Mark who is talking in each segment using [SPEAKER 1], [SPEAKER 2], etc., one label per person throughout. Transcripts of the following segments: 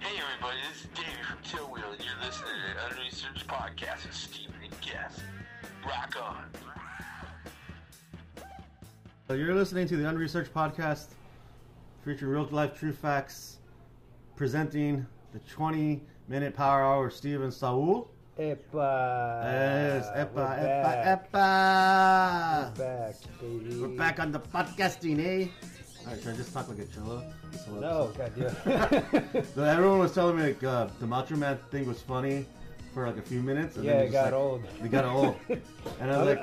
[SPEAKER 1] Hey everybody, this is Davey from Till Wheel, and you're listening to the Unresearched Podcast with Steven and Guest. Rock on.
[SPEAKER 2] So you're listening to the Unresearched Podcast, featuring real life true facts, presenting the 20 minute power hour with Steven Saul.
[SPEAKER 3] Epa.
[SPEAKER 2] Yes, epa,
[SPEAKER 3] We're
[SPEAKER 2] epa,
[SPEAKER 3] back.
[SPEAKER 2] epa.
[SPEAKER 3] Back, baby.
[SPEAKER 2] We're back on the podcasting, eh? Alright, should I just talk like a cholo? This whole
[SPEAKER 3] No,
[SPEAKER 2] episode?
[SPEAKER 3] goddamn.
[SPEAKER 2] So everyone was telling me like uh, the Macho Man thing was funny for like a few minutes. And
[SPEAKER 3] yeah,
[SPEAKER 2] then
[SPEAKER 3] it
[SPEAKER 2] just,
[SPEAKER 3] got
[SPEAKER 2] like,
[SPEAKER 3] old.
[SPEAKER 2] It got old. And I was like,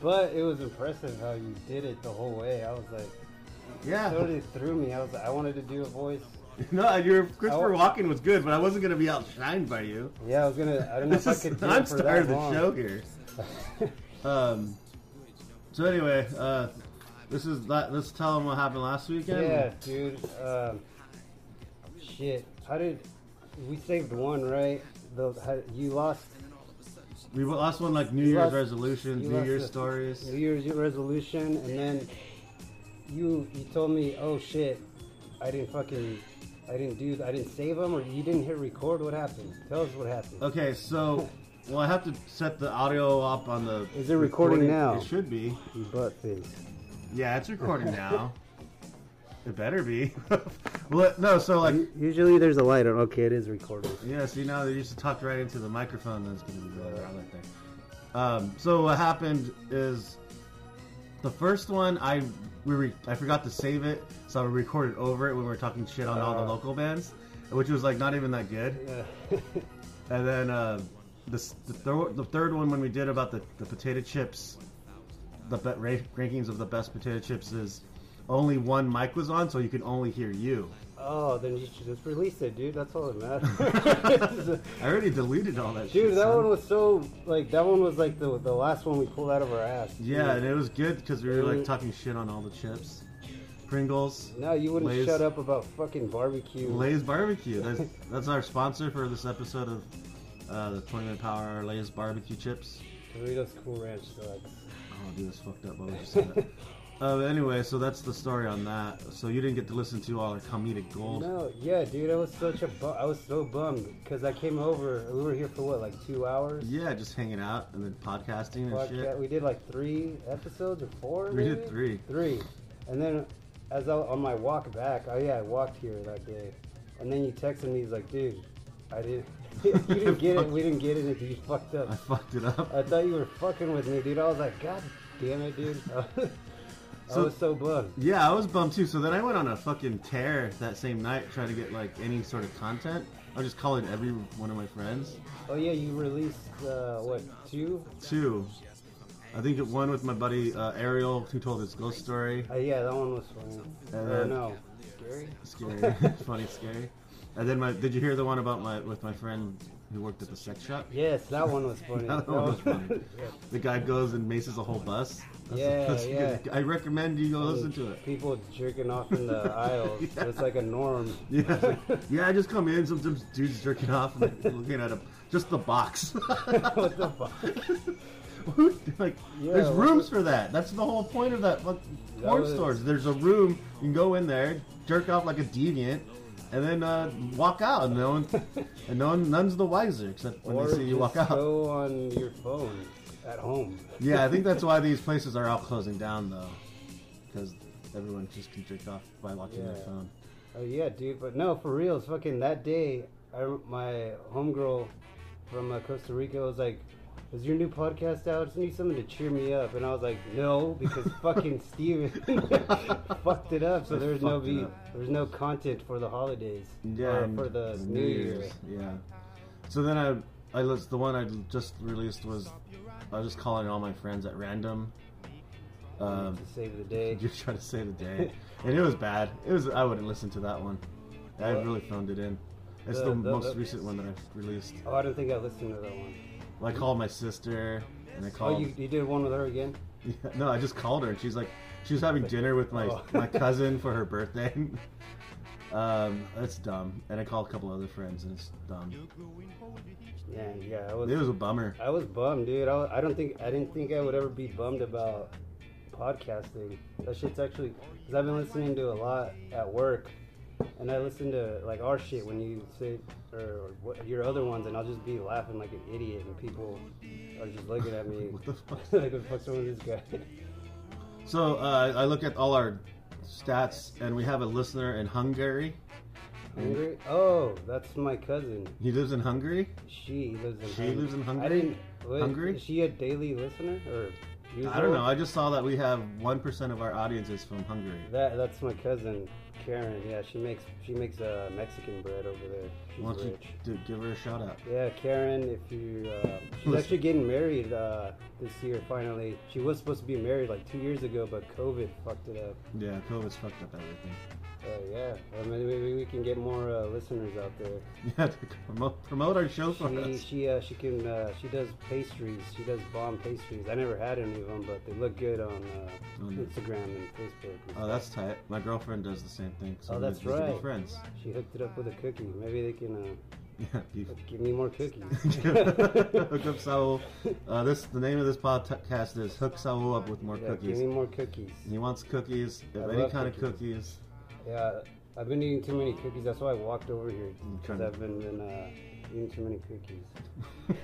[SPEAKER 3] but it was impressive how you did it the whole way. I was like,
[SPEAKER 2] yeah.
[SPEAKER 3] totally threw me. I was like, I wanted to do a voice.
[SPEAKER 2] No, your Christopher
[SPEAKER 3] Oh.
[SPEAKER 2] Walken was good, but I wasn't going to be outshined by you.
[SPEAKER 3] Yeah, I was gonna. I don't know
[SPEAKER 2] This
[SPEAKER 3] if
[SPEAKER 2] is,
[SPEAKER 3] I could do
[SPEAKER 2] I'm
[SPEAKER 3] it for
[SPEAKER 2] starting
[SPEAKER 3] that
[SPEAKER 2] the
[SPEAKER 3] long.
[SPEAKER 2] show here. um, so anyway, uh, this is la- let's tell them what happened last weekend.
[SPEAKER 3] Yeah, dude. Um, shit. How did we saved one right? The how, you lost.
[SPEAKER 2] We lost one like New
[SPEAKER 3] you
[SPEAKER 2] Year's
[SPEAKER 3] lost-
[SPEAKER 2] resolutions,
[SPEAKER 3] you
[SPEAKER 2] New
[SPEAKER 3] lost
[SPEAKER 2] Year's
[SPEAKER 3] the
[SPEAKER 2] stories.
[SPEAKER 3] New Year's resolution, and then you you told me, oh shit, I didn't fucking, I didn't do, I didn't save them, or you didn't hit record. What happened? Tell us what happened.
[SPEAKER 2] Okay, so well, I have to set the audio up on the.
[SPEAKER 3] Is it recording now?
[SPEAKER 2] It should be.
[SPEAKER 3] You butt face.
[SPEAKER 2] Yeah, it's recording now. it better be. well, no, so like.
[SPEAKER 3] U- Usually there's a light on. Okay, it is recording.
[SPEAKER 2] Yeah, see now they used to talk right into the microphone that's gonna be going around right there. Um, so what happened is the first one I we re- I forgot to save it, so I recorded over it when we were talking shit on all the
[SPEAKER 3] Oh.
[SPEAKER 2] local bands, which was like not even that good.
[SPEAKER 3] Yeah.
[SPEAKER 2] And then uh, the s- the, thir- the third one when we did about the, the potato chips, the be- ra- rankings of the best potato chips is only one mic was on, so you can only hear you.
[SPEAKER 3] oh, then you should just release it, dude. That's all that matters.
[SPEAKER 2] I already deleted all that shit.
[SPEAKER 3] Dude, that
[SPEAKER 2] son.
[SPEAKER 3] one was so like that one was like the the last one we pulled out of our ass.
[SPEAKER 2] Yeah, and it was good because we were like
[SPEAKER 3] Mm.
[SPEAKER 2] talking shit on all the chips, Pringles,
[SPEAKER 3] No, you wouldn't
[SPEAKER 2] Lay's-
[SPEAKER 3] shut up about fucking barbecue.
[SPEAKER 2] Lay's Barbecue. That's, that's our sponsor for this episode of uh, the 20 Minute Power Hour. Lay's Barbecue Chips.
[SPEAKER 3] Doritos Cool Ranch sucks.
[SPEAKER 2] Oh, dude, that's fucked up. Why would you say that? Uh, anyway, so that's the story on that. So you didn't get to listen to all our comedic gold.
[SPEAKER 3] No, yeah, dude, I was such a bu- I was so bummed because I came over. We were here for what, like two hours?
[SPEAKER 2] Yeah, just hanging out and then podcasting and
[SPEAKER 3] Fuck
[SPEAKER 2] shit.
[SPEAKER 3] that. We did like three episodes or four.
[SPEAKER 2] We did
[SPEAKER 3] maybe?
[SPEAKER 2] three.
[SPEAKER 3] Three, and then as I, on my walk back, oh yeah, I walked here that day, and then you texted me. He's like, dude, I didn't. you didn't get it. We didn't get it. You fucked up.
[SPEAKER 2] I fucked it up.
[SPEAKER 3] I thought you were fucking with me, dude. I was like, God damn it, dude. I
[SPEAKER 2] So-
[SPEAKER 3] was so bummed.
[SPEAKER 2] Yeah, I was bummed too. So then I went on a fucking tear that same night trying to get like any sort of content. I was just calling every one of my friends.
[SPEAKER 3] Oh yeah, you released uh, what two?
[SPEAKER 2] two. I think it one with my buddy uh, Ariel, who told his ghost story.
[SPEAKER 3] Uh, yeah, that one was funny.
[SPEAKER 2] Uh,
[SPEAKER 3] oh no,
[SPEAKER 2] Scary, funny, scary. And then my, did you hear the one about my with my friend who worked at the sex shop?
[SPEAKER 3] yes, that one was funny.
[SPEAKER 2] That one was funny. The guy goes and maces a whole bus.
[SPEAKER 3] Yeah,
[SPEAKER 2] that's
[SPEAKER 3] yeah.
[SPEAKER 2] good. I recommend you go listen to it.
[SPEAKER 3] People jerking off in the aisles.
[SPEAKER 2] Yeah.
[SPEAKER 3] It's like a norm.
[SPEAKER 2] Yeah, it's like, yeah. I just come in. Sometimes dudes jerking off and like, looking at him. Just the box.
[SPEAKER 3] what the fuck?
[SPEAKER 2] Who- like,
[SPEAKER 3] Yeah,
[SPEAKER 2] there's
[SPEAKER 3] like-
[SPEAKER 2] rooms for that. That's the whole point of that fuck-
[SPEAKER 3] That
[SPEAKER 2] porn
[SPEAKER 3] was-
[SPEAKER 2] stores. There's a room you can go in there, jerk off like a deviant, and then uh, walk out, and no one, and no one, none's the wiser except when
[SPEAKER 3] or
[SPEAKER 2] they see you
[SPEAKER 3] just
[SPEAKER 2] walk out.
[SPEAKER 3] go on your phone at home.
[SPEAKER 2] Yeah, I think that's why these places are all closing down though, because everyone just can jerk off by watching their
[SPEAKER 3] Yeah.
[SPEAKER 2] phone.
[SPEAKER 3] Oh yeah, dude. But no, for real, it's fucking that day. I, rem- my homegirl from uh, Costa Rica was like, "Is your new podcast out? I just need something to cheer me up." And I was like, "No," because fucking Steven fucked it up. So
[SPEAKER 2] I
[SPEAKER 3] there's no
[SPEAKER 2] fucked it
[SPEAKER 3] be,
[SPEAKER 2] up.
[SPEAKER 3] there's no content for the holidays.
[SPEAKER 2] Yeah,
[SPEAKER 3] or
[SPEAKER 2] and
[SPEAKER 3] for the New Year.
[SPEAKER 2] Yeah. So then I, I list the one I just released was, I was just calling all my friends at random. Um,
[SPEAKER 3] to save the day.
[SPEAKER 2] Just trying to save the day, and it was bad. It was I wouldn't listen to that one. I
[SPEAKER 3] Well,
[SPEAKER 2] really phoned it in. It's the,
[SPEAKER 3] the- the-
[SPEAKER 2] most
[SPEAKER 3] the-
[SPEAKER 2] recent one that I've released.
[SPEAKER 3] Oh, I don't think I listened to that one.
[SPEAKER 2] Well, I called my sister, and I
[SPEAKER 3] Oh,
[SPEAKER 2] called.
[SPEAKER 3] you, you did one with her again?
[SPEAKER 2] Yeah, no, I just called her, and she's like, she was having dinner with my
[SPEAKER 3] Oh.
[SPEAKER 2] my cousin for her birthday. um, that's dumb. And I called a couple other friends, and it's dumb.
[SPEAKER 3] Yeah, yeah. I was,
[SPEAKER 2] It was a bummer.
[SPEAKER 3] I was bummed, dude. I, was- I don't think I didn't think I would ever be bummed about podcasting. That shit's actually because I've been listening to a lot at work, and I listen to like our shit when you say or, or what, your other ones, and I'll just be laughing like an idiot, and people are just looking at me
[SPEAKER 2] What the fuck?
[SPEAKER 3] like, "What the fuck's wrong with this guy?"
[SPEAKER 2] So uh, I look at all our stats, and we have a listener in Hungary.
[SPEAKER 3] Hungry? Oh, that's my cousin.
[SPEAKER 2] He lives in Hungary.
[SPEAKER 3] She lives in.
[SPEAKER 2] She
[SPEAKER 3] Hungary.
[SPEAKER 2] lives in Hungary?
[SPEAKER 3] I didn't. Wait,
[SPEAKER 2] Hungary?
[SPEAKER 3] Is she a daily listener or?
[SPEAKER 2] I don't
[SPEAKER 3] user?
[SPEAKER 2] know. I just saw that we have one percent of our audience is from Hungary.
[SPEAKER 3] That that's my cousin Karen. Yeah, she makes she makes uh, Mexican bread over there. She's
[SPEAKER 2] Why don't you
[SPEAKER 3] rich.
[SPEAKER 2] do, give her a shout out?
[SPEAKER 3] Yeah, Karen, if you uh, she's
[SPEAKER 2] Listen.
[SPEAKER 3] actually getting married uh, this year finally. She was supposed to be married like two years ago, but COVID fucked it up.
[SPEAKER 2] Yeah, COVID's fucked up everything.
[SPEAKER 3] Uh, yeah, I mean, maybe we can get more uh, listeners out there.
[SPEAKER 2] Yeah, to promote, promote our show for
[SPEAKER 3] She
[SPEAKER 2] us.
[SPEAKER 3] she uh, she can uh, she does pastries. She does bomb pastries. I never had any of them, but they look good on uh,
[SPEAKER 2] Mm.
[SPEAKER 3] Instagram and Facebook. and
[SPEAKER 2] Oh, that's tight. My girlfriend does the same thing. So
[SPEAKER 3] Oh,
[SPEAKER 2] we-
[SPEAKER 3] that's
[SPEAKER 2] we could Be
[SPEAKER 3] right.
[SPEAKER 2] friends.
[SPEAKER 3] stuff. She hooked it up with a cookie. Maybe they can uh,
[SPEAKER 2] Yeah, be
[SPEAKER 3] give me more cookies.
[SPEAKER 2] Hook up Saul. Uh, this the name of this podcast is Hook Saul up with more
[SPEAKER 3] Yeah,
[SPEAKER 2] cookies.
[SPEAKER 3] Give me more cookies.
[SPEAKER 2] And he wants cookies of
[SPEAKER 3] I
[SPEAKER 2] any
[SPEAKER 3] love
[SPEAKER 2] kind of
[SPEAKER 3] cookies.
[SPEAKER 2] cookies.
[SPEAKER 3] Yeah, I've been eating too many cookies. That's why I walked over here because
[SPEAKER 2] trying to-
[SPEAKER 3] I've been, been uh, eating too many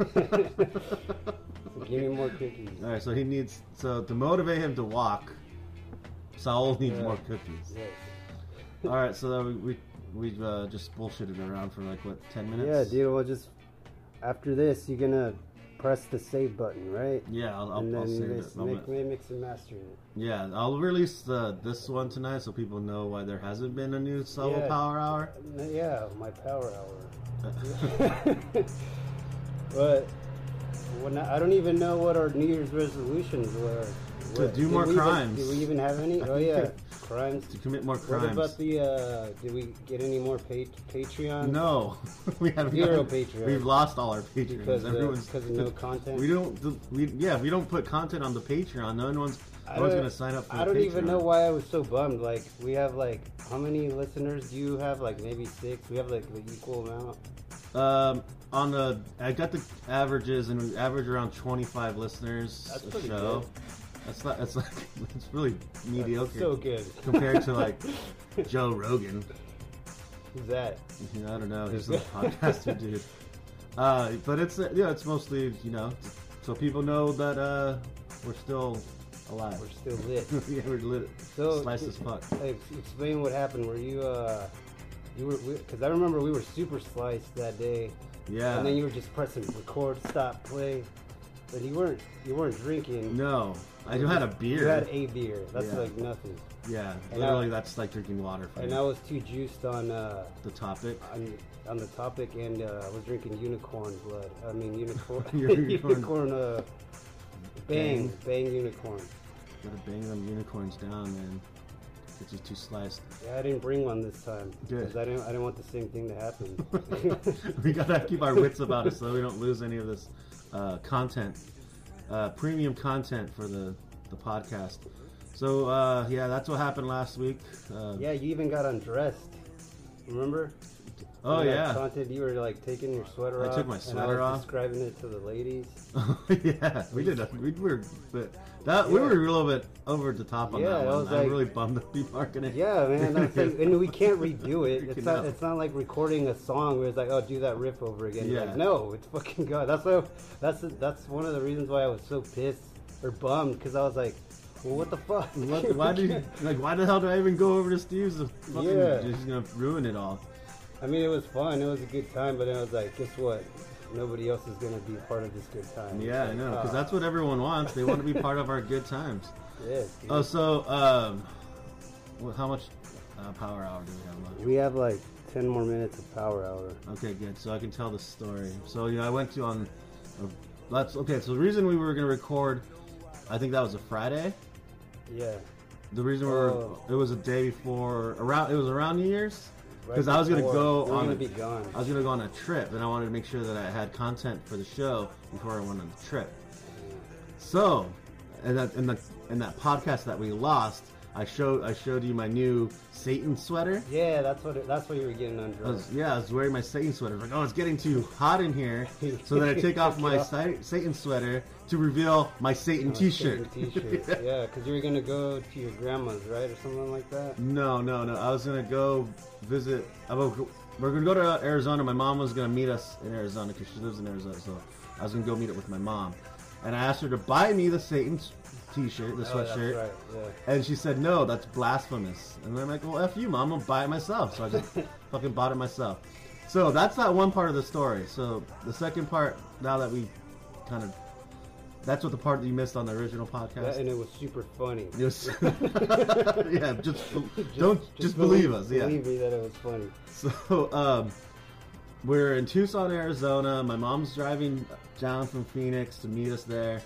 [SPEAKER 3] cookies. So give me more cookies.
[SPEAKER 2] All right, so he needs so to motivate him to walk. Saul needs
[SPEAKER 3] Yeah.
[SPEAKER 2] more cookies.
[SPEAKER 3] Yes.
[SPEAKER 2] All right, so we we we've uh, just bullshitted around for like what ten
[SPEAKER 3] Yeah,
[SPEAKER 2] minutes.
[SPEAKER 3] dude. Well, just after this, you're gonna press the save button, right?
[SPEAKER 2] Yeah, I'll,
[SPEAKER 3] and
[SPEAKER 2] I'll, I'll
[SPEAKER 3] then
[SPEAKER 2] save
[SPEAKER 3] this
[SPEAKER 2] it. I'll
[SPEAKER 3] mix,
[SPEAKER 2] ma-
[SPEAKER 3] mix and master it.
[SPEAKER 2] Yeah, I'll release uh, this one tonight so people know why there hasn't been a new Saul
[SPEAKER 3] Yeah.
[SPEAKER 2] Power Hour.
[SPEAKER 3] No, Yeah, my power hour. but when I, I don't even know what our New Year's resolutions were.
[SPEAKER 2] To
[SPEAKER 3] What-
[SPEAKER 2] do
[SPEAKER 3] did
[SPEAKER 2] more
[SPEAKER 3] we even-
[SPEAKER 2] crimes.
[SPEAKER 3] Did we even have any? Oh yeah, crimes.
[SPEAKER 2] To commit more
[SPEAKER 3] What
[SPEAKER 2] crimes.
[SPEAKER 3] about the? Uh, did we get any more pa- Patreon?
[SPEAKER 2] No, we have
[SPEAKER 3] Zero
[SPEAKER 2] not-
[SPEAKER 3] Patreon.
[SPEAKER 2] We've lost all our patrons.
[SPEAKER 3] Because, uh,
[SPEAKER 2] Everyone's
[SPEAKER 3] because of no content?
[SPEAKER 2] We don't. We yeah. We don't put content on the Patreon. No one's.
[SPEAKER 3] I
[SPEAKER 2] No one's
[SPEAKER 3] don't-
[SPEAKER 2] gonna sign up for
[SPEAKER 3] I
[SPEAKER 2] the
[SPEAKER 3] don't even
[SPEAKER 2] Patreon.
[SPEAKER 3] know why I was so bummed. Like we have like how many listeners do you have? Like maybe six. We have like the equal amount.
[SPEAKER 2] Um, on the I got the averages and we average around 25 listeners
[SPEAKER 3] That's
[SPEAKER 2] a
[SPEAKER 3] pretty
[SPEAKER 2] show.
[SPEAKER 3] good.
[SPEAKER 2] That's not. That's like. It's really
[SPEAKER 3] That's
[SPEAKER 2] mediocre
[SPEAKER 3] So good.
[SPEAKER 2] compared to like Joe Rogan.
[SPEAKER 3] Who's that?
[SPEAKER 2] I don't know. He's a podcaster dude. Uh, but it's uh, yeah. It's mostly you know, so people know that uh, we're still alive.
[SPEAKER 3] We're still lit.
[SPEAKER 2] yeah, we're lit.
[SPEAKER 3] So-
[SPEAKER 2] Slice as fuck.
[SPEAKER 3] Hey, ex- explain what happened. Were you, uh, you were, because I remember we were super sliced that day,
[SPEAKER 2] Yeah.
[SPEAKER 3] and then you were just pressing record, stop, play, but you weren't, you weren't drinking.
[SPEAKER 2] no, I do had a beer.
[SPEAKER 3] You had a beer. That's
[SPEAKER 2] Yeah.
[SPEAKER 3] like nothing.
[SPEAKER 2] yeah,
[SPEAKER 3] and
[SPEAKER 2] literally,
[SPEAKER 3] I-
[SPEAKER 2] that's like drinking water for
[SPEAKER 3] And
[SPEAKER 2] me.
[SPEAKER 3] I was too juiced on, uh,
[SPEAKER 2] the topic.
[SPEAKER 3] on, on the topic, and uh, I was drinking unicorn blood. I mean unicorn,
[SPEAKER 2] Unicorn.
[SPEAKER 3] unicorn, uh, bang,
[SPEAKER 2] Bang.
[SPEAKER 3] bang unicorn.
[SPEAKER 2] Gotta bang them unicorns down, man. It's just too sliced.
[SPEAKER 3] Yeah, I didn't bring one this time
[SPEAKER 2] Good.
[SPEAKER 3] because I didn't, I didn't want the same thing to happen.
[SPEAKER 2] we gotta keep our wits about us so we don't lose any of this uh, content, uh, premium content for the, the podcast. So uh, yeah, that's what happened last week. Uh,
[SPEAKER 3] Yeah, you even got undressed. Remember?
[SPEAKER 2] Oh
[SPEAKER 3] When I
[SPEAKER 2] yeah.
[SPEAKER 3] taunted, you were like taking your sweater
[SPEAKER 2] I
[SPEAKER 3] off.
[SPEAKER 2] took my
[SPEAKER 3] and I was
[SPEAKER 2] sweater off.
[SPEAKER 3] Describing it to the ladies.
[SPEAKER 2] yeah, we did. A, we were, but that we
[SPEAKER 3] Yeah.
[SPEAKER 2] were a little bit over the top on
[SPEAKER 3] Yeah,
[SPEAKER 2] that
[SPEAKER 3] I
[SPEAKER 2] one.
[SPEAKER 3] was
[SPEAKER 2] I'm
[SPEAKER 3] like-
[SPEAKER 2] really bummed that we aren't gonna.
[SPEAKER 3] Yeah, man. That's like, and we can't redo it. It's
[SPEAKER 2] No.
[SPEAKER 3] not. It's not like recording a song where it's like, oh, do that riff over again. It's
[SPEAKER 2] Yeah.
[SPEAKER 3] Like, no, it's fucking go. That's why. That's that's one of the reasons why I was so pissed or bummed because I was like, well, what the fuck?
[SPEAKER 2] What, why do you, like? Why the hell do I even go over to Steve's? Fucking,
[SPEAKER 3] Yeah.
[SPEAKER 2] just gonna ruin it all.
[SPEAKER 3] I mean, it was fun. It was a good time, but then I was like, guess what? Nobody else is gonna be part of this good time. Ah,
[SPEAKER 2] Yeah, I know, because
[SPEAKER 3] Uh.
[SPEAKER 2] that's what everyone wants. They want to be part of our good times.
[SPEAKER 3] Yes,
[SPEAKER 2] Oh, so um, wh- how much uh, power hour do we have left?
[SPEAKER 3] We have like 10 more minutes of power hour.
[SPEAKER 2] Okay, good. So I can tell the story. So yeah, I went to on. Uh, that's okay. So the reason we were gonna record, I think that was a Friday.
[SPEAKER 3] Yeah.
[SPEAKER 2] The reason we were,
[SPEAKER 3] Oh.
[SPEAKER 2] it was a day before around. It was around New Year's
[SPEAKER 3] right
[SPEAKER 2] because I was gonna
[SPEAKER 3] before.
[SPEAKER 2] go
[SPEAKER 3] We're
[SPEAKER 2] on.
[SPEAKER 3] gonna
[SPEAKER 2] A,
[SPEAKER 3] be gone.
[SPEAKER 2] I was gonna go on a trip, and I wanted to make sure that I had content for the show before I went on the trip. So, and that in the in that podcast that we lost, I showed I showed you my new Satan sweater.
[SPEAKER 3] Yeah, that's what it, that's what you were getting on
[SPEAKER 2] I
[SPEAKER 3] drugs.
[SPEAKER 2] was, yeah, I was wearing my Satan sweater. I was like, oh, it's getting too hot in here. So then I take off my
[SPEAKER 3] Yeah.
[SPEAKER 2] Sa- Satan sweater to reveal my Satan
[SPEAKER 3] Uh,
[SPEAKER 2] T-shirt.
[SPEAKER 3] shaving T-shirt. yeah, because you were gonna go to your grandma's, right, or something like that.
[SPEAKER 2] No, no, no. I was gonna go visit. I was, we're gonna go to Arizona. My mom was gonna meet us in Arizona because she lives in Arizona. So I was gonna go meet up with my mom, and I asked her to buy me the Satan s- T-shirt, the
[SPEAKER 3] Oh,
[SPEAKER 2] sweatshirt,
[SPEAKER 3] that's right. Yeah.
[SPEAKER 2] and she said no, that's blasphemous. And I'm like, well, f you, mom. I'll buy it myself. So I just fucking bought it myself. So that's not one part of the story. So the second part, now that we kind of, that's what the part that you missed on the original podcast.
[SPEAKER 3] That, and it was super funny.
[SPEAKER 2] Yes. yeah, just, don't just, believe, us. Yeah.
[SPEAKER 3] Believe me that it was funny.
[SPEAKER 2] So um, we're in Tucson, Arizona. My mom's driving down from Phoenix to meet us there.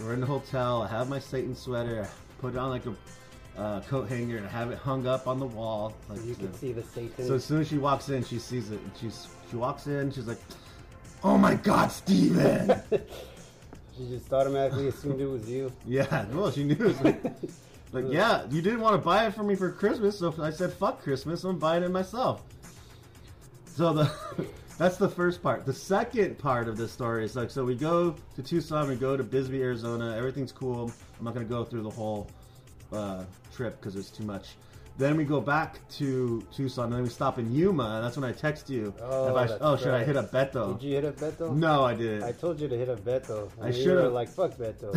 [SPEAKER 2] We're in the hotel. I have my Satan sweater. I put it on like a uh, coat hanger and I have it hung up on the wall. Like
[SPEAKER 3] You
[SPEAKER 2] you know.
[SPEAKER 3] could see the Satan.
[SPEAKER 2] So as soon as she walks in, she sees it. And she's she walks in. She's like, "Oh my God, Steven!"
[SPEAKER 3] she just automatically assumed it was you.
[SPEAKER 2] Yeah, well, she knew. It was like, like, yeah, you didn't want to buy it for me for Christmas, so I said, "Fuck Christmas, I'm buying it myself." So the that's the first part. The second part of this story is like, so we go to Tucson, we go to Bisbee, Arizona. Everything's cool. I'm not gonna go through the whole uh, trip because it's too much. Then we go back to Tucson, and then we stop in Yuma. And that's when I text you.
[SPEAKER 3] Oh,
[SPEAKER 2] if I-
[SPEAKER 3] that's
[SPEAKER 2] oh, should I
[SPEAKER 3] right.
[SPEAKER 2] hit up Beto?
[SPEAKER 3] Did you hit up Beto?
[SPEAKER 2] no, I didn't.
[SPEAKER 3] I told you to hit up Beto. And
[SPEAKER 2] I
[SPEAKER 3] you
[SPEAKER 2] should've.
[SPEAKER 3] were Like fuck Beto.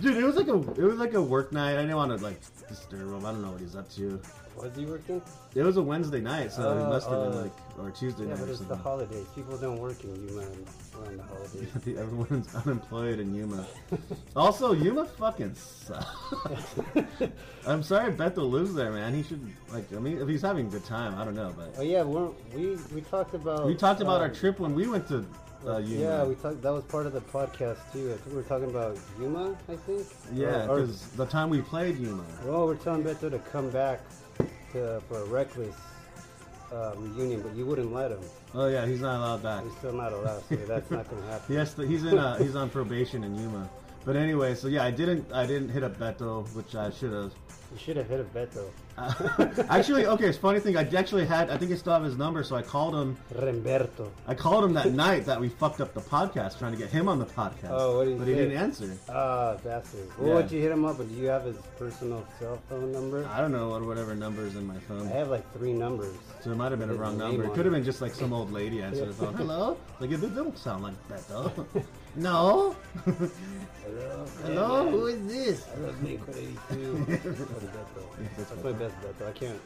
[SPEAKER 2] Dude, it was like a it was like a work night. I didn't want to like disturb him. I don't know what he's up to.
[SPEAKER 3] was he working?
[SPEAKER 2] It was a Wednesday night, so it
[SPEAKER 3] Oh,
[SPEAKER 2] must have been
[SPEAKER 3] oh.
[SPEAKER 2] like or Tuesday
[SPEAKER 3] Yeah,
[SPEAKER 2] night
[SPEAKER 3] but
[SPEAKER 2] or
[SPEAKER 3] it's the
[SPEAKER 2] something.
[SPEAKER 3] holidays. People don't work in Yuma around the holidays.
[SPEAKER 2] Everyone's unemployed in Yuma. also, Yuma fucking sucks. I'm sorry, Bethel lives there, man. He should like. I mean, if he's having a good time, I don't know,
[SPEAKER 3] oh
[SPEAKER 2] but
[SPEAKER 3] yeah, we're, we we talked about
[SPEAKER 2] we talked about our
[SPEAKER 3] um,
[SPEAKER 2] trip when we went to uh, Yuma.
[SPEAKER 3] Yeah, we talked. That was part of the podcast too. I think we were talking about Yuma. I think.
[SPEAKER 2] yeah,
[SPEAKER 3] Or, or-
[SPEAKER 2] because the time we played Yuma.
[SPEAKER 3] well, we're telling Beto to come back to, for a reckless uh, reunion, but you wouldn't let him.
[SPEAKER 2] Oh yeah, he's not allowed back.
[SPEAKER 3] He's still not allowed, so that's not going to happen.
[SPEAKER 2] Yes, the, he's in. A, he's on probation in Yuma. But anyway, so yeah, I didn't. I didn't hit up Beto, which I should have.
[SPEAKER 3] You should have hit a Beto.
[SPEAKER 2] Uh, actually, okay. It's a funny thing. I actually had. I think I still have his number, so I called him.
[SPEAKER 3] Remberto.
[SPEAKER 2] I called him that night that we fucked up the podcast, trying to get him on the podcast.
[SPEAKER 3] Oh, what did he
[SPEAKER 2] But he
[SPEAKER 3] say?
[SPEAKER 2] didn't answer.
[SPEAKER 3] Ah, bastard. Well,
[SPEAKER 2] Yeah.
[SPEAKER 3] would you hit him up? But do you have his personal cell phone number?
[SPEAKER 2] I don't know what whatever number is in my phone.
[SPEAKER 3] I have like three numbers.
[SPEAKER 2] So it might have been a
[SPEAKER 3] His
[SPEAKER 2] wrong
[SPEAKER 3] name
[SPEAKER 2] number. It
[SPEAKER 3] on
[SPEAKER 2] could have
[SPEAKER 3] it.
[SPEAKER 2] been just like some old lady answered the
[SPEAKER 3] Yeah.
[SPEAKER 2] phone. Hello. Like it don't sound like Beto. no.
[SPEAKER 3] Hello.
[SPEAKER 2] Hello. Who is this?
[SPEAKER 3] I love Blink 182. That's my best Beto. I can't.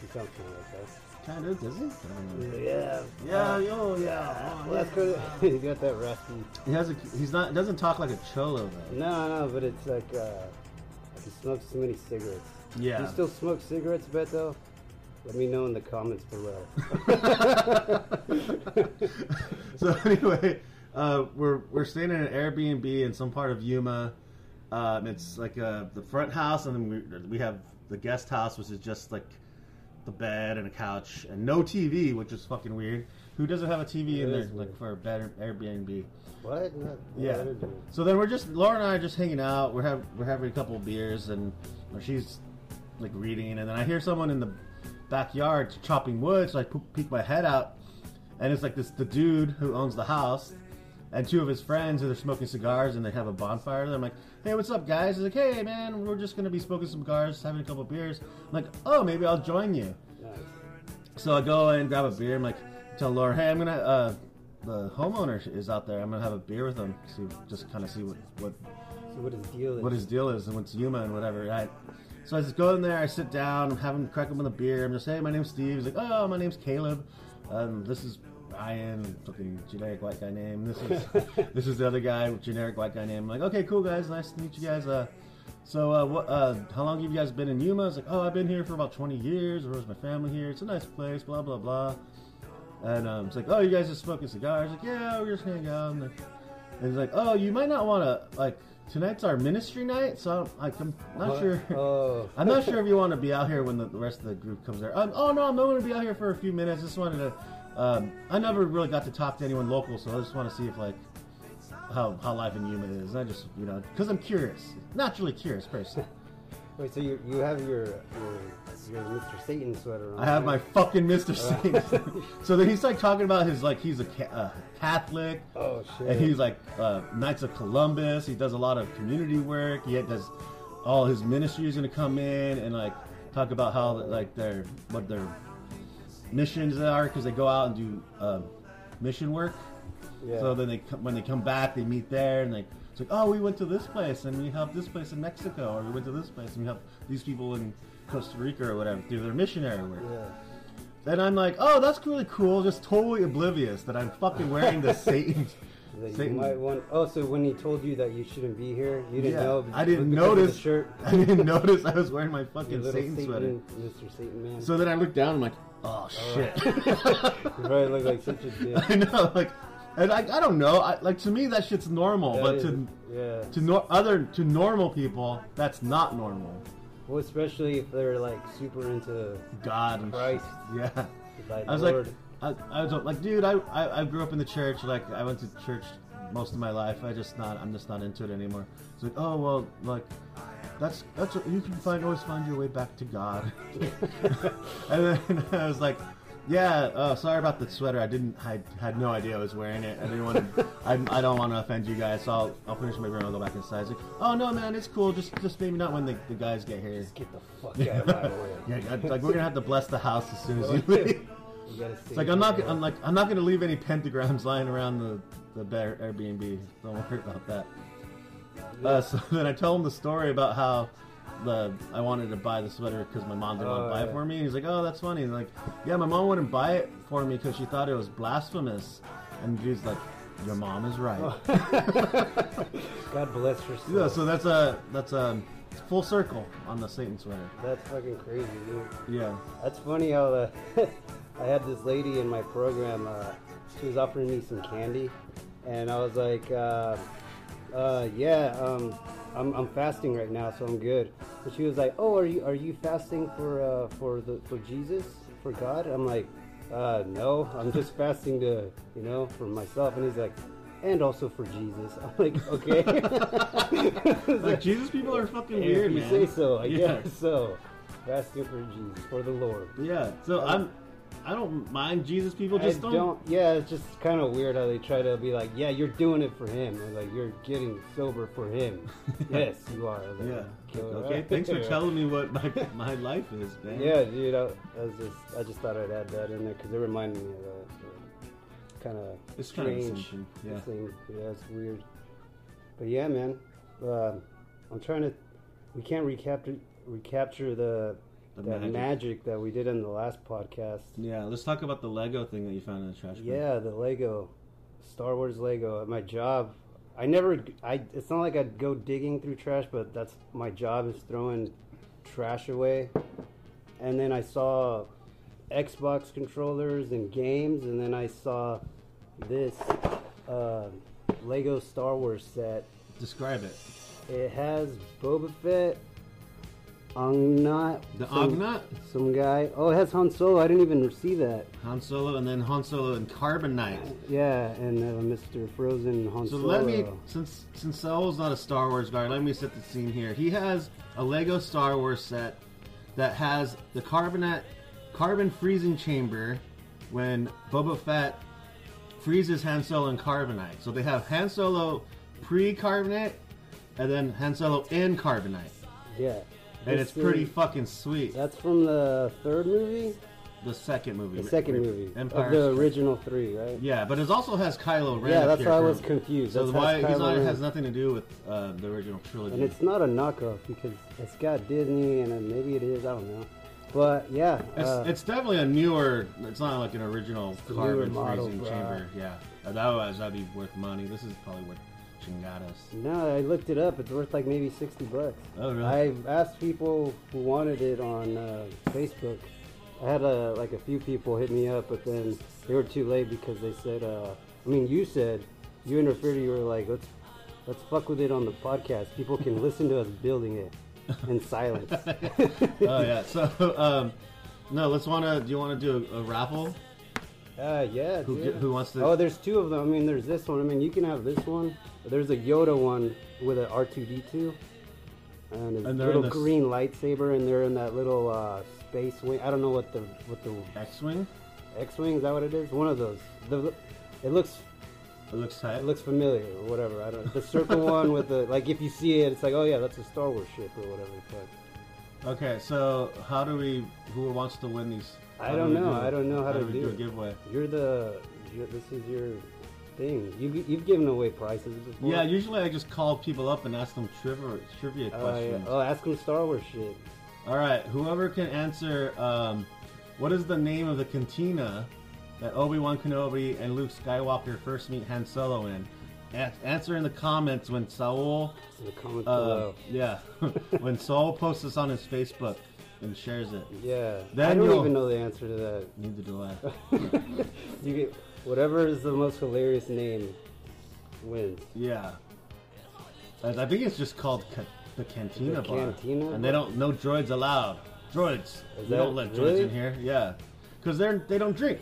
[SPEAKER 3] He sounds kind of like that.
[SPEAKER 2] Kind of does he? I don't know.
[SPEAKER 3] Yeah.
[SPEAKER 2] Yeah. Yo. Yeah. oh,
[SPEAKER 3] Well, that's good. He's got that raspy.
[SPEAKER 2] He has a, he's not doesn't talk like a cholo though.
[SPEAKER 3] No, no, but it's like uh, he smokes too many cigarettes.
[SPEAKER 2] Yeah.
[SPEAKER 3] You still smoke cigarettes, Beto? Let me know in the comments below.
[SPEAKER 2] so anyway, uh, we're we're staying in an Airbnb in some part of Yuma. Um, it's like uh, the front house, and then we we have the guest house, which is just like the bed and a couch and no TV, which is fucking weird. Who doesn't have a TV in
[SPEAKER 3] It
[SPEAKER 2] there
[SPEAKER 3] is
[SPEAKER 2] like
[SPEAKER 3] weird.
[SPEAKER 2] for a bed Airbnb?
[SPEAKER 3] what? Not,
[SPEAKER 2] Yeah. So then we're just Laura and I are just hanging out. We're have, we're having a couple of beers, and or she's like reading, and then I hear someone in the backyard chopping wood. So I pe- peek my head out, and it's like this the dude who owns the house, and two of his friends who are smoking cigars, and they have a bonfire. And I'm like, hey, what's up, guys? He's like, hey, man, we're just gonna be smoking some cigars, having a couple of beers. I'm like, oh, maybe I'll join you.
[SPEAKER 3] Nice.
[SPEAKER 2] So I go and grab a beer. I'm like, tell Laura, hey, I'm gonna. Uh, the homeowner is out there. I'm gonna have a beer with him. See, just kind of see what what
[SPEAKER 3] So what his deal is?
[SPEAKER 2] what his deal is and what's Yuma and whatever. And I, so I just go in there. I sit down. I'm having crack him with a beer. I'm just hey, my name's Steve. He's like, oh, my name's Caleb. Um, this is Ryan, fucking generic white guy name. This is this is the other guy, generic white guy name. I'm like, okay, cool guys, nice to meet you guys. Uh, so uh, what, uh, how long have you guys been in Yuma? I was like, oh, I've been here for about 20 years. I raised my family here. It's a nice place. Blah blah blah. And um, it's like, oh, you guys just smoking cigars? Like, yeah, we're just hanging out. And, like, and he's like, oh, you might not want to like tonight's our ministry night, so I'm, like, I'm not
[SPEAKER 3] What?
[SPEAKER 2] sure.
[SPEAKER 3] Oh.
[SPEAKER 2] I'm not sure if you want to be out here when the, the rest of the group comes there. Um, oh no, I'm going to be out here for a few minutes. Just wanted to. Um, I never really got to talk to anyone local, so I just want to see if like how how life in Yuma is. And I just you know because I'm curious, naturally curious person.
[SPEAKER 3] Wait, so you, you have your, your your Mr. Satan sweater on?
[SPEAKER 2] I have
[SPEAKER 3] right?
[SPEAKER 2] my fucking Mister Satan. so then he's like talking about his like he's a ca- uh, Catholic.
[SPEAKER 3] Oh shit!
[SPEAKER 2] And he's like uh, Knights of Columbus. He does a lot of community work. He does all his ministry is going to come in and like talk about how like their what their missions are because they go out and do um, mission work.
[SPEAKER 3] yeah.
[SPEAKER 2] So then they come, when they come back, they meet there and they it's like, oh, we went to this place and we helped this place in Mexico, or we went to this place and we helped these people in Costa Rica or whatever do their missionary work.
[SPEAKER 3] yeah.
[SPEAKER 2] And I'm like, oh, that's really cool. Just totally oblivious that I'm fucking wearing the Satan.
[SPEAKER 3] That you
[SPEAKER 2] Satan-
[SPEAKER 3] might want. Oh, so when he told you that you shouldn't be here, you didn't
[SPEAKER 2] Yeah,
[SPEAKER 3] know.
[SPEAKER 2] I didn't
[SPEAKER 3] because of the
[SPEAKER 2] notice.
[SPEAKER 3] shirt.
[SPEAKER 2] I didn't notice I was wearing my
[SPEAKER 3] Your
[SPEAKER 2] fucking
[SPEAKER 3] little
[SPEAKER 2] Satan, sweater.
[SPEAKER 3] Mr. Satan man.
[SPEAKER 2] So then I looked down. I'm like, oh
[SPEAKER 3] you
[SPEAKER 2] shit.
[SPEAKER 3] probably look like such a dick.
[SPEAKER 2] I know, like, and I, I don't know. I, like to me, that shit's normal,
[SPEAKER 3] That
[SPEAKER 2] but
[SPEAKER 3] is-
[SPEAKER 2] to
[SPEAKER 3] yeah.
[SPEAKER 2] to nor- other to normal people, that's not normal.
[SPEAKER 3] Well, especially if they're like super into
[SPEAKER 2] God, and
[SPEAKER 3] Christ.
[SPEAKER 2] shit. yeah.
[SPEAKER 3] like
[SPEAKER 2] I was
[SPEAKER 3] Lord.
[SPEAKER 2] like, I, I was like, dude, I, I I grew up in the church. Like, I went to church most of my life. I just not, I'm just not into it anymore. It's like, oh well, like, that's that's what you can find always find your way back to God. and then I was like, yeah, uh, sorry about the sweater. I didn't, I had no idea I was wearing it. I didn't want to, I, I don't want to offend you guys. So I'll, I'll finish my beer and I'll go back inside. It's like, oh no, man, it's cool. Just just maybe not when the, the guys get here.
[SPEAKER 3] get the fuck out of my way.
[SPEAKER 2] Yeah, God, like we're gonna have to bless the house as soon as you leave.
[SPEAKER 3] You gotta stay
[SPEAKER 2] It's like I'm not.
[SPEAKER 3] here.
[SPEAKER 2] I'm like I'm not gonna leave any pentagrams lying around the the Bear- Airbnb. Don't worry about that. Uh, so then I tell him the story about how the I wanted to buy the sweater because my mom didn't want
[SPEAKER 3] Oh,
[SPEAKER 2] to buy
[SPEAKER 3] yeah.
[SPEAKER 2] it for me. And he's like, "Oh, that's funny." And like, yeah, my mom wouldn't buy it for me because she thought it was blasphemous. And the dude's like, "Your mom is right."
[SPEAKER 3] Oh. God bless your soul.
[SPEAKER 2] yeah, so that's a that's a full circle on the Satan sweater.
[SPEAKER 3] That's fucking crazy, dude.
[SPEAKER 2] Yeah.
[SPEAKER 3] That's funny how uh, I had this lady in my program. Uh, she was offering me some candy, and I was like, uh, uh, "Yeah, um, I'm, I'm fasting right now, so I'm good." But she was like, "Oh, are you are you fasting for uh, for the for Jesus for God?" I'm like, uh, "No, I'm just fasting to you know for myself." And he's like, "And also for Jesus." I'm like, "Okay."
[SPEAKER 2] Like Jesus people are fucking
[SPEAKER 3] If
[SPEAKER 2] weird,
[SPEAKER 3] you
[SPEAKER 2] man.
[SPEAKER 3] say so, I
[SPEAKER 2] Yeah.
[SPEAKER 3] guess so. Fasting for Jesus, for the Lord.
[SPEAKER 2] Yeah, so I'm. I don't mind Jesus people. Just
[SPEAKER 3] Uh, I
[SPEAKER 2] don't,
[SPEAKER 3] don't, Yeah, it's just kind of weird how they try to be like, yeah, you're doing it for him, and like you're getting sober for him. yes, you are. I was like,
[SPEAKER 2] Yeah.
[SPEAKER 3] "Okay,
[SPEAKER 2] uh, Okay.
[SPEAKER 3] alright."
[SPEAKER 2] Thanks for telling me what my, my life is, man.
[SPEAKER 3] Yeah, dude. I, I was just, I just thought I'd add that in there because it reminded me of that. kind of
[SPEAKER 2] It's kinda the
[SPEAKER 3] strange.
[SPEAKER 2] same thing, yeah.
[SPEAKER 3] thing. Yeah, it's weird. But yeah, man. Um I'm trying to. We can't recapture recapture the
[SPEAKER 2] The
[SPEAKER 3] the that magic.
[SPEAKER 2] magic.
[SPEAKER 3] that we did in the last podcast.
[SPEAKER 2] Yeah. Let's talk about the Lego thing that you found in the trash can.
[SPEAKER 3] Yeah, the Lego, Star Wars Lego. At my job, I never. I. It's not like I'd go digging through trash, but that's my job is throwing trash away. And then I saw Xbox controllers and games, and then I saw this uh, Lego Star Wars set.
[SPEAKER 2] Describe it.
[SPEAKER 3] It has Boba Fett, Angnat,
[SPEAKER 2] The
[SPEAKER 3] some-
[SPEAKER 2] Ognot,
[SPEAKER 3] some guy. Oh, it has Han Solo. I didn't even see that.
[SPEAKER 2] Han Solo, and then Han Solo and Carbonite.
[SPEAKER 3] Yeah, and uh, Mr. Frozen Han
[SPEAKER 2] So
[SPEAKER 3] Solo.
[SPEAKER 2] let me, since since Saul's not a Star Wars guy, let me set the scene here. He has a Lego Star Wars set that has the carbonate carbon freezing chamber when Boba Fett freezes Han Solo and carbonite. So they have Han Solo pre-carbonate and then Han Solo in carbonite,
[SPEAKER 3] Yeah,
[SPEAKER 2] and
[SPEAKER 3] This
[SPEAKER 2] it's pretty
[SPEAKER 3] is-
[SPEAKER 2] fucking sweet.
[SPEAKER 3] That's from the third movie,
[SPEAKER 2] The second movie,
[SPEAKER 3] the second movie
[SPEAKER 2] Empire.
[SPEAKER 3] of the original three, right?
[SPEAKER 2] yeah, but it also has Kylo Ren.
[SPEAKER 3] Yeah,
[SPEAKER 2] up
[SPEAKER 3] that's
[SPEAKER 2] here
[SPEAKER 3] why I
[SPEAKER 2] for-
[SPEAKER 3] was confused.
[SPEAKER 2] So
[SPEAKER 3] That's
[SPEAKER 2] why
[SPEAKER 3] how
[SPEAKER 2] he's
[SPEAKER 3] Kylo
[SPEAKER 2] not, it
[SPEAKER 3] Ren-
[SPEAKER 2] has nothing to do with uh, the original trilogy.
[SPEAKER 3] and it's not a knockoff because it's got Disney, and then maybe it is. I don't know, but yeah,
[SPEAKER 2] It's,
[SPEAKER 3] uh,
[SPEAKER 2] it's definitely a newer. It's not like an original
[SPEAKER 3] a newer
[SPEAKER 2] carbon
[SPEAKER 3] model,
[SPEAKER 2] freezing
[SPEAKER 3] bruh.
[SPEAKER 2] chamber. Yeah, otherwise that'd be worth money. This is probably worth chingadas.
[SPEAKER 3] no, I looked it up. It's worth like maybe sixty bucks.
[SPEAKER 2] Oh really?
[SPEAKER 3] I've asked people who wanted it on uh, Facebook. I had uh like a few people hit me up, but then they were too late because they said, uh, I mean, you said you interfered. You were like, let's let's fuck with it on the podcast. People can listen to us building it in silence.
[SPEAKER 2] oh yeah. So um, no, let's wanna. Do you wanna do a, a raffle?
[SPEAKER 3] Uh, yeah.
[SPEAKER 2] Who
[SPEAKER 3] dude.
[SPEAKER 2] ge- who wants to-
[SPEAKER 3] Oh, there's two of them. I mean, there's this one. I mean, you can have this one. There's a Yoda one with an R2D2 and his
[SPEAKER 2] And they're in
[SPEAKER 3] little
[SPEAKER 2] this-
[SPEAKER 3] green lightsaber, and they're in that little uh, space wing. I don't know what the what the
[SPEAKER 2] X-wing.
[SPEAKER 3] X-wing is that what it is? One of those. The, it looks
[SPEAKER 2] It looks tight.
[SPEAKER 3] it looks familiar or whatever. I don't. The circle one with the like, if you see it, it's like, oh yeah, that's a Star Wars ship or whatever. the fuck.
[SPEAKER 2] Okay, so how do we? Who wants to win these?
[SPEAKER 3] I
[SPEAKER 2] how do
[SPEAKER 3] don't
[SPEAKER 2] we
[SPEAKER 3] know.
[SPEAKER 2] do it?
[SPEAKER 3] I don't know how to
[SPEAKER 2] we
[SPEAKER 3] do
[SPEAKER 2] a
[SPEAKER 3] it.
[SPEAKER 2] giveaway.
[SPEAKER 3] You're the. You're, this is your thing. You you've given away prices before.
[SPEAKER 2] Yeah, usually I just call people up and ask them trivia trivia
[SPEAKER 3] Uh, yeah.
[SPEAKER 2] questions.
[SPEAKER 3] Oh, ask him Star Wars shit.
[SPEAKER 2] All right, whoever can answer, um, what is the name of the cantina that Obi Wan Kenobi and Luke Skywalker first meet Han Solo in? A- answer in the comments when Saul,
[SPEAKER 3] It's in the comments
[SPEAKER 2] uh,
[SPEAKER 3] below.
[SPEAKER 2] yeah, when Saul posts this on his Facebook and shares it.
[SPEAKER 3] Yeah. I
[SPEAKER 2] then
[SPEAKER 3] don't
[SPEAKER 2] you'll-
[SPEAKER 3] even know the answer to that.
[SPEAKER 2] Neither do I.
[SPEAKER 3] You get whatever is the most hilarious name wins.
[SPEAKER 2] Yeah, I, I think it's just called ca- the Cantina
[SPEAKER 3] The
[SPEAKER 2] Bar,
[SPEAKER 3] Cantina
[SPEAKER 2] and they
[SPEAKER 3] Bar?
[SPEAKER 2] don't no droids allowed. Droids,
[SPEAKER 3] Is
[SPEAKER 2] we don't
[SPEAKER 3] that-
[SPEAKER 2] let droids
[SPEAKER 3] really?
[SPEAKER 2] in here. Yeah, because they're they don't drink.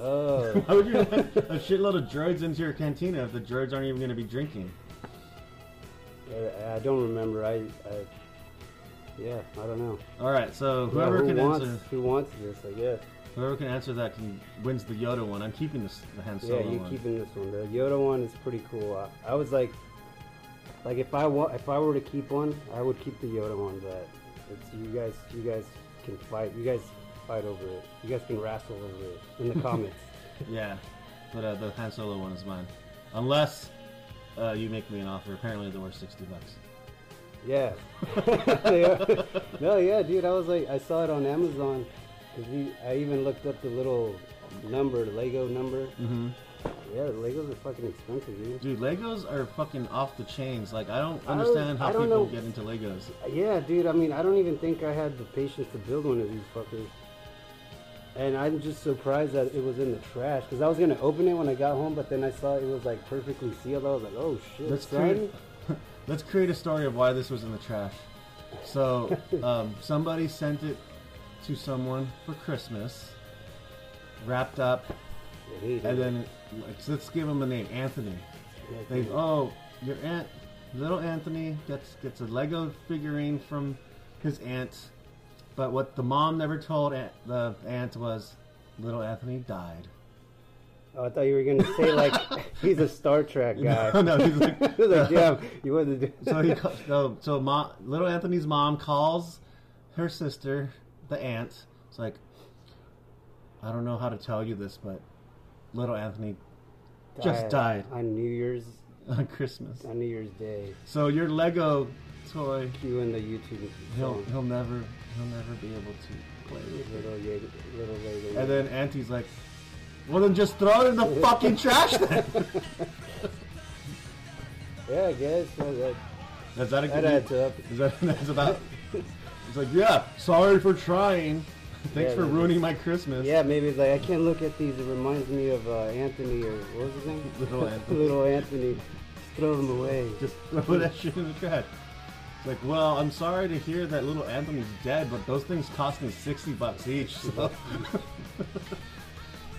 [SPEAKER 3] Oh.
[SPEAKER 2] How would you let a shitload of droids into your cantina if the droids aren't even going to be drinking?
[SPEAKER 3] I, I don't remember. I, I. Yeah, I don't know.
[SPEAKER 2] All right, so whoever
[SPEAKER 3] yeah, who
[SPEAKER 2] can
[SPEAKER 3] wants
[SPEAKER 2] answer,
[SPEAKER 3] who wants this? I guess.
[SPEAKER 2] whoever can answer that can wins the Yoda one. I'm keeping this the Han Solo
[SPEAKER 3] yeah, you
[SPEAKER 2] one.
[SPEAKER 3] keeping this one. The Yoda one is pretty cool. I, I was like, like if I wa- if I were to keep one, I would keep the Yoda one. But it's you guys. You guys can fight. You guys fight over it. You guys can wrestle over it in the comments.
[SPEAKER 2] Yeah, but uh, the Han Solo one is mine, unless uh, you make me an offer. Apparently, they're worth sixty bucks.
[SPEAKER 3] Yeah. They are. no, yeah, dude. I was like, I saw it on Amazon. 'cause you- I even looked up the little number, Lego number.
[SPEAKER 2] Mm-hmm.
[SPEAKER 3] Yeah, Legos are fucking expensive, dude.
[SPEAKER 2] Dude, Legos are fucking off the chains. Like, I don't
[SPEAKER 3] I don't-
[SPEAKER 2] understand how
[SPEAKER 3] I don't
[SPEAKER 2] people
[SPEAKER 3] know.
[SPEAKER 2] get into Legos.
[SPEAKER 3] Yeah, dude. I mean, I don't even think I had the patience to build one of these fuckers. And I'm just surprised that it was in the trash because I was gonna open it when I got home, but then I saw it was like perfectly sealed. I was like, oh shit,
[SPEAKER 2] Let's
[SPEAKER 3] son.
[SPEAKER 2] create, let's create a story of why this was in the trash. So, um, somebody sent it to someone for Christmas, wrapped up,
[SPEAKER 3] I hate
[SPEAKER 2] and
[SPEAKER 3] it.
[SPEAKER 2] then let's, let's give him a name, Anthony.
[SPEAKER 3] Yeah,
[SPEAKER 2] They
[SPEAKER 3] dude.
[SPEAKER 2] oh, your aunt, little Anthony gets gets a Lego figurine from his aunt, but what the mom never told aunt, the aunt was, little Anthony died.
[SPEAKER 3] Oh, I thought you were gonna say like he's a Star Trek guy.
[SPEAKER 2] No, no, he's like-
[SPEAKER 3] I was like, damn, you wanted to do.
[SPEAKER 2] so he ca- so so mom, little Anthony's mom calls her sister, the aunt. It's like, I don't know how to tell you this, but little Anthony just died
[SPEAKER 3] on New Year's
[SPEAKER 2] on Christmas.
[SPEAKER 3] on New Year's Day.
[SPEAKER 2] So your Lego toy,
[SPEAKER 3] Cue in the YouTube.
[SPEAKER 2] he'll
[SPEAKER 3] song.
[SPEAKER 2] he'll never he'll never be able to play with it.
[SPEAKER 3] little Ye- little Lego.
[SPEAKER 2] And then Auntie's like, well then just throw it in the fucking trash then.
[SPEAKER 3] yeah, I guess well, that,
[SPEAKER 2] Is that a
[SPEAKER 3] that
[SPEAKER 2] good?
[SPEAKER 3] adds up.
[SPEAKER 2] Is that that's about? It's like yeah, sorry for trying. Thanks
[SPEAKER 3] Yeah,
[SPEAKER 2] for
[SPEAKER 3] that-
[SPEAKER 2] ruining my Christmas.
[SPEAKER 3] Yeah, maybe it's like I can't look at these. It reminds me of uh, Anthony or what was his name?
[SPEAKER 2] Little Anthony.
[SPEAKER 3] Little Anthony. Throw them away.
[SPEAKER 2] Just throw that shit in the trash. It's like, well, I'm sorry to hear that little Anthony's dead, but those things cost me 60 bucks each. So.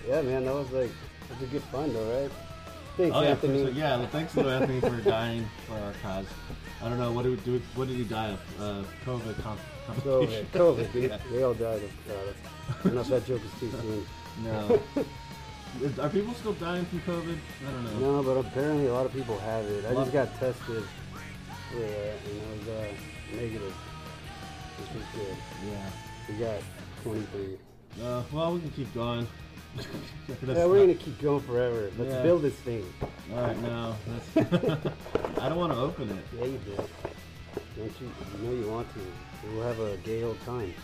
[SPEAKER 3] yeah, man, that was like that's a good find, though, right? Thanks,
[SPEAKER 2] oh, yeah,
[SPEAKER 3] Anthony.
[SPEAKER 2] so, yeah, well, thanks, little Anthony, for dying for our cause. I don't know, what did, we do, what did he die of? Uh, COVID com-
[SPEAKER 3] COVID,
[SPEAKER 2] complication.
[SPEAKER 3] COVID, dude.
[SPEAKER 2] Yeah.
[SPEAKER 3] They all died. Of, uh, I don't know if that joke is too soon.
[SPEAKER 2] No. Is- Are people still dying from COVID? I don't know.
[SPEAKER 3] No, but apparently a lot of people have it. I
[SPEAKER 2] Lot-
[SPEAKER 3] just got tested. Yeah, and I was uh, negative, which was good.
[SPEAKER 2] Yeah.
[SPEAKER 3] We got 23.
[SPEAKER 2] Uh, well, we can keep going.
[SPEAKER 3] yeah, we're gonna keep going forever. Let's
[SPEAKER 2] Yeah.
[SPEAKER 3] build this thing.
[SPEAKER 2] All right, no. That's... I don't want to open it.
[SPEAKER 3] Yeah, you did. Don't you? You know you want to. We'll have a gay old time.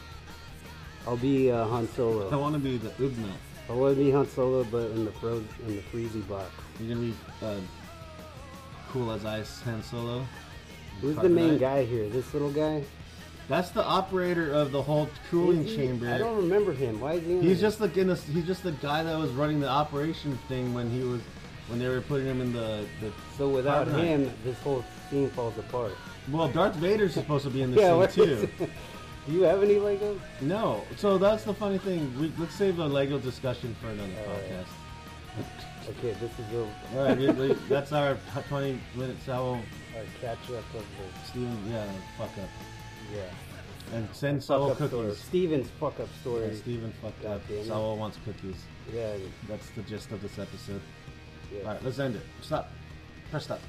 [SPEAKER 3] I'll be uh, Han
[SPEAKER 2] I
[SPEAKER 3] Solo.
[SPEAKER 2] want to be the Ugnat.
[SPEAKER 3] I want to be Han Solo, but in the fro- in the freezy box.
[SPEAKER 2] You're gonna be uh, cool as ice, Han Solo.
[SPEAKER 3] Who's the main
[SPEAKER 2] Carbonite.
[SPEAKER 3] guy here? This little guy?
[SPEAKER 2] That's the operator of the whole cooling
[SPEAKER 3] Is he-
[SPEAKER 2] chamber.
[SPEAKER 3] I don't remember him. Why is he? In
[SPEAKER 2] He's
[SPEAKER 3] there?
[SPEAKER 2] just the in the- he's just the guy that was running the operation thing when he was when they were putting him in the, the
[SPEAKER 3] so without
[SPEAKER 2] Carbonite.
[SPEAKER 3] him, this whole scene falls apart.
[SPEAKER 2] well Darth Vader's supposed to be in this
[SPEAKER 3] Yeah,
[SPEAKER 2] thing
[SPEAKER 3] where is
[SPEAKER 2] too.
[SPEAKER 3] it? Do you have any Legos? Oh,
[SPEAKER 2] No, so that's the funny thing. We, let's save the Lego discussion for another
[SPEAKER 3] All right.
[SPEAKER 2] podcast.
[SPEAKER 3] Okay, this is uh, a,
[SPEAKER 2] All right, we- we- that's our 20 minute Saul
[SPEAKER 3] a catch up of the
[SPEAKER 2] Steven. Yeah, fuck up.
[SPEAKER 3] yeah
[SPEAKER 2] And send
[SPEAKER 3] fuck
[SPEAKER 2] Saul
[SPEAKER 3] up story.
[SPEAKER 2] cookies.
[SPEAKER 3] Steven's fuck up story.
[SPEAKER 2] Yeah, Steven fucked
[SPEAKER 3] God
[SPEAKER 2] up.
[SPEAKER 3] damn it.
[SPEAKER 2] Saul wants cookies.
[SPEAKER 3] Yeah,
[SPEAKER 2] That's the gist of this episode.
[SPEAKER 3] yeah.
[SPEAKER 2] All right, let's end it. Stop. Press stop.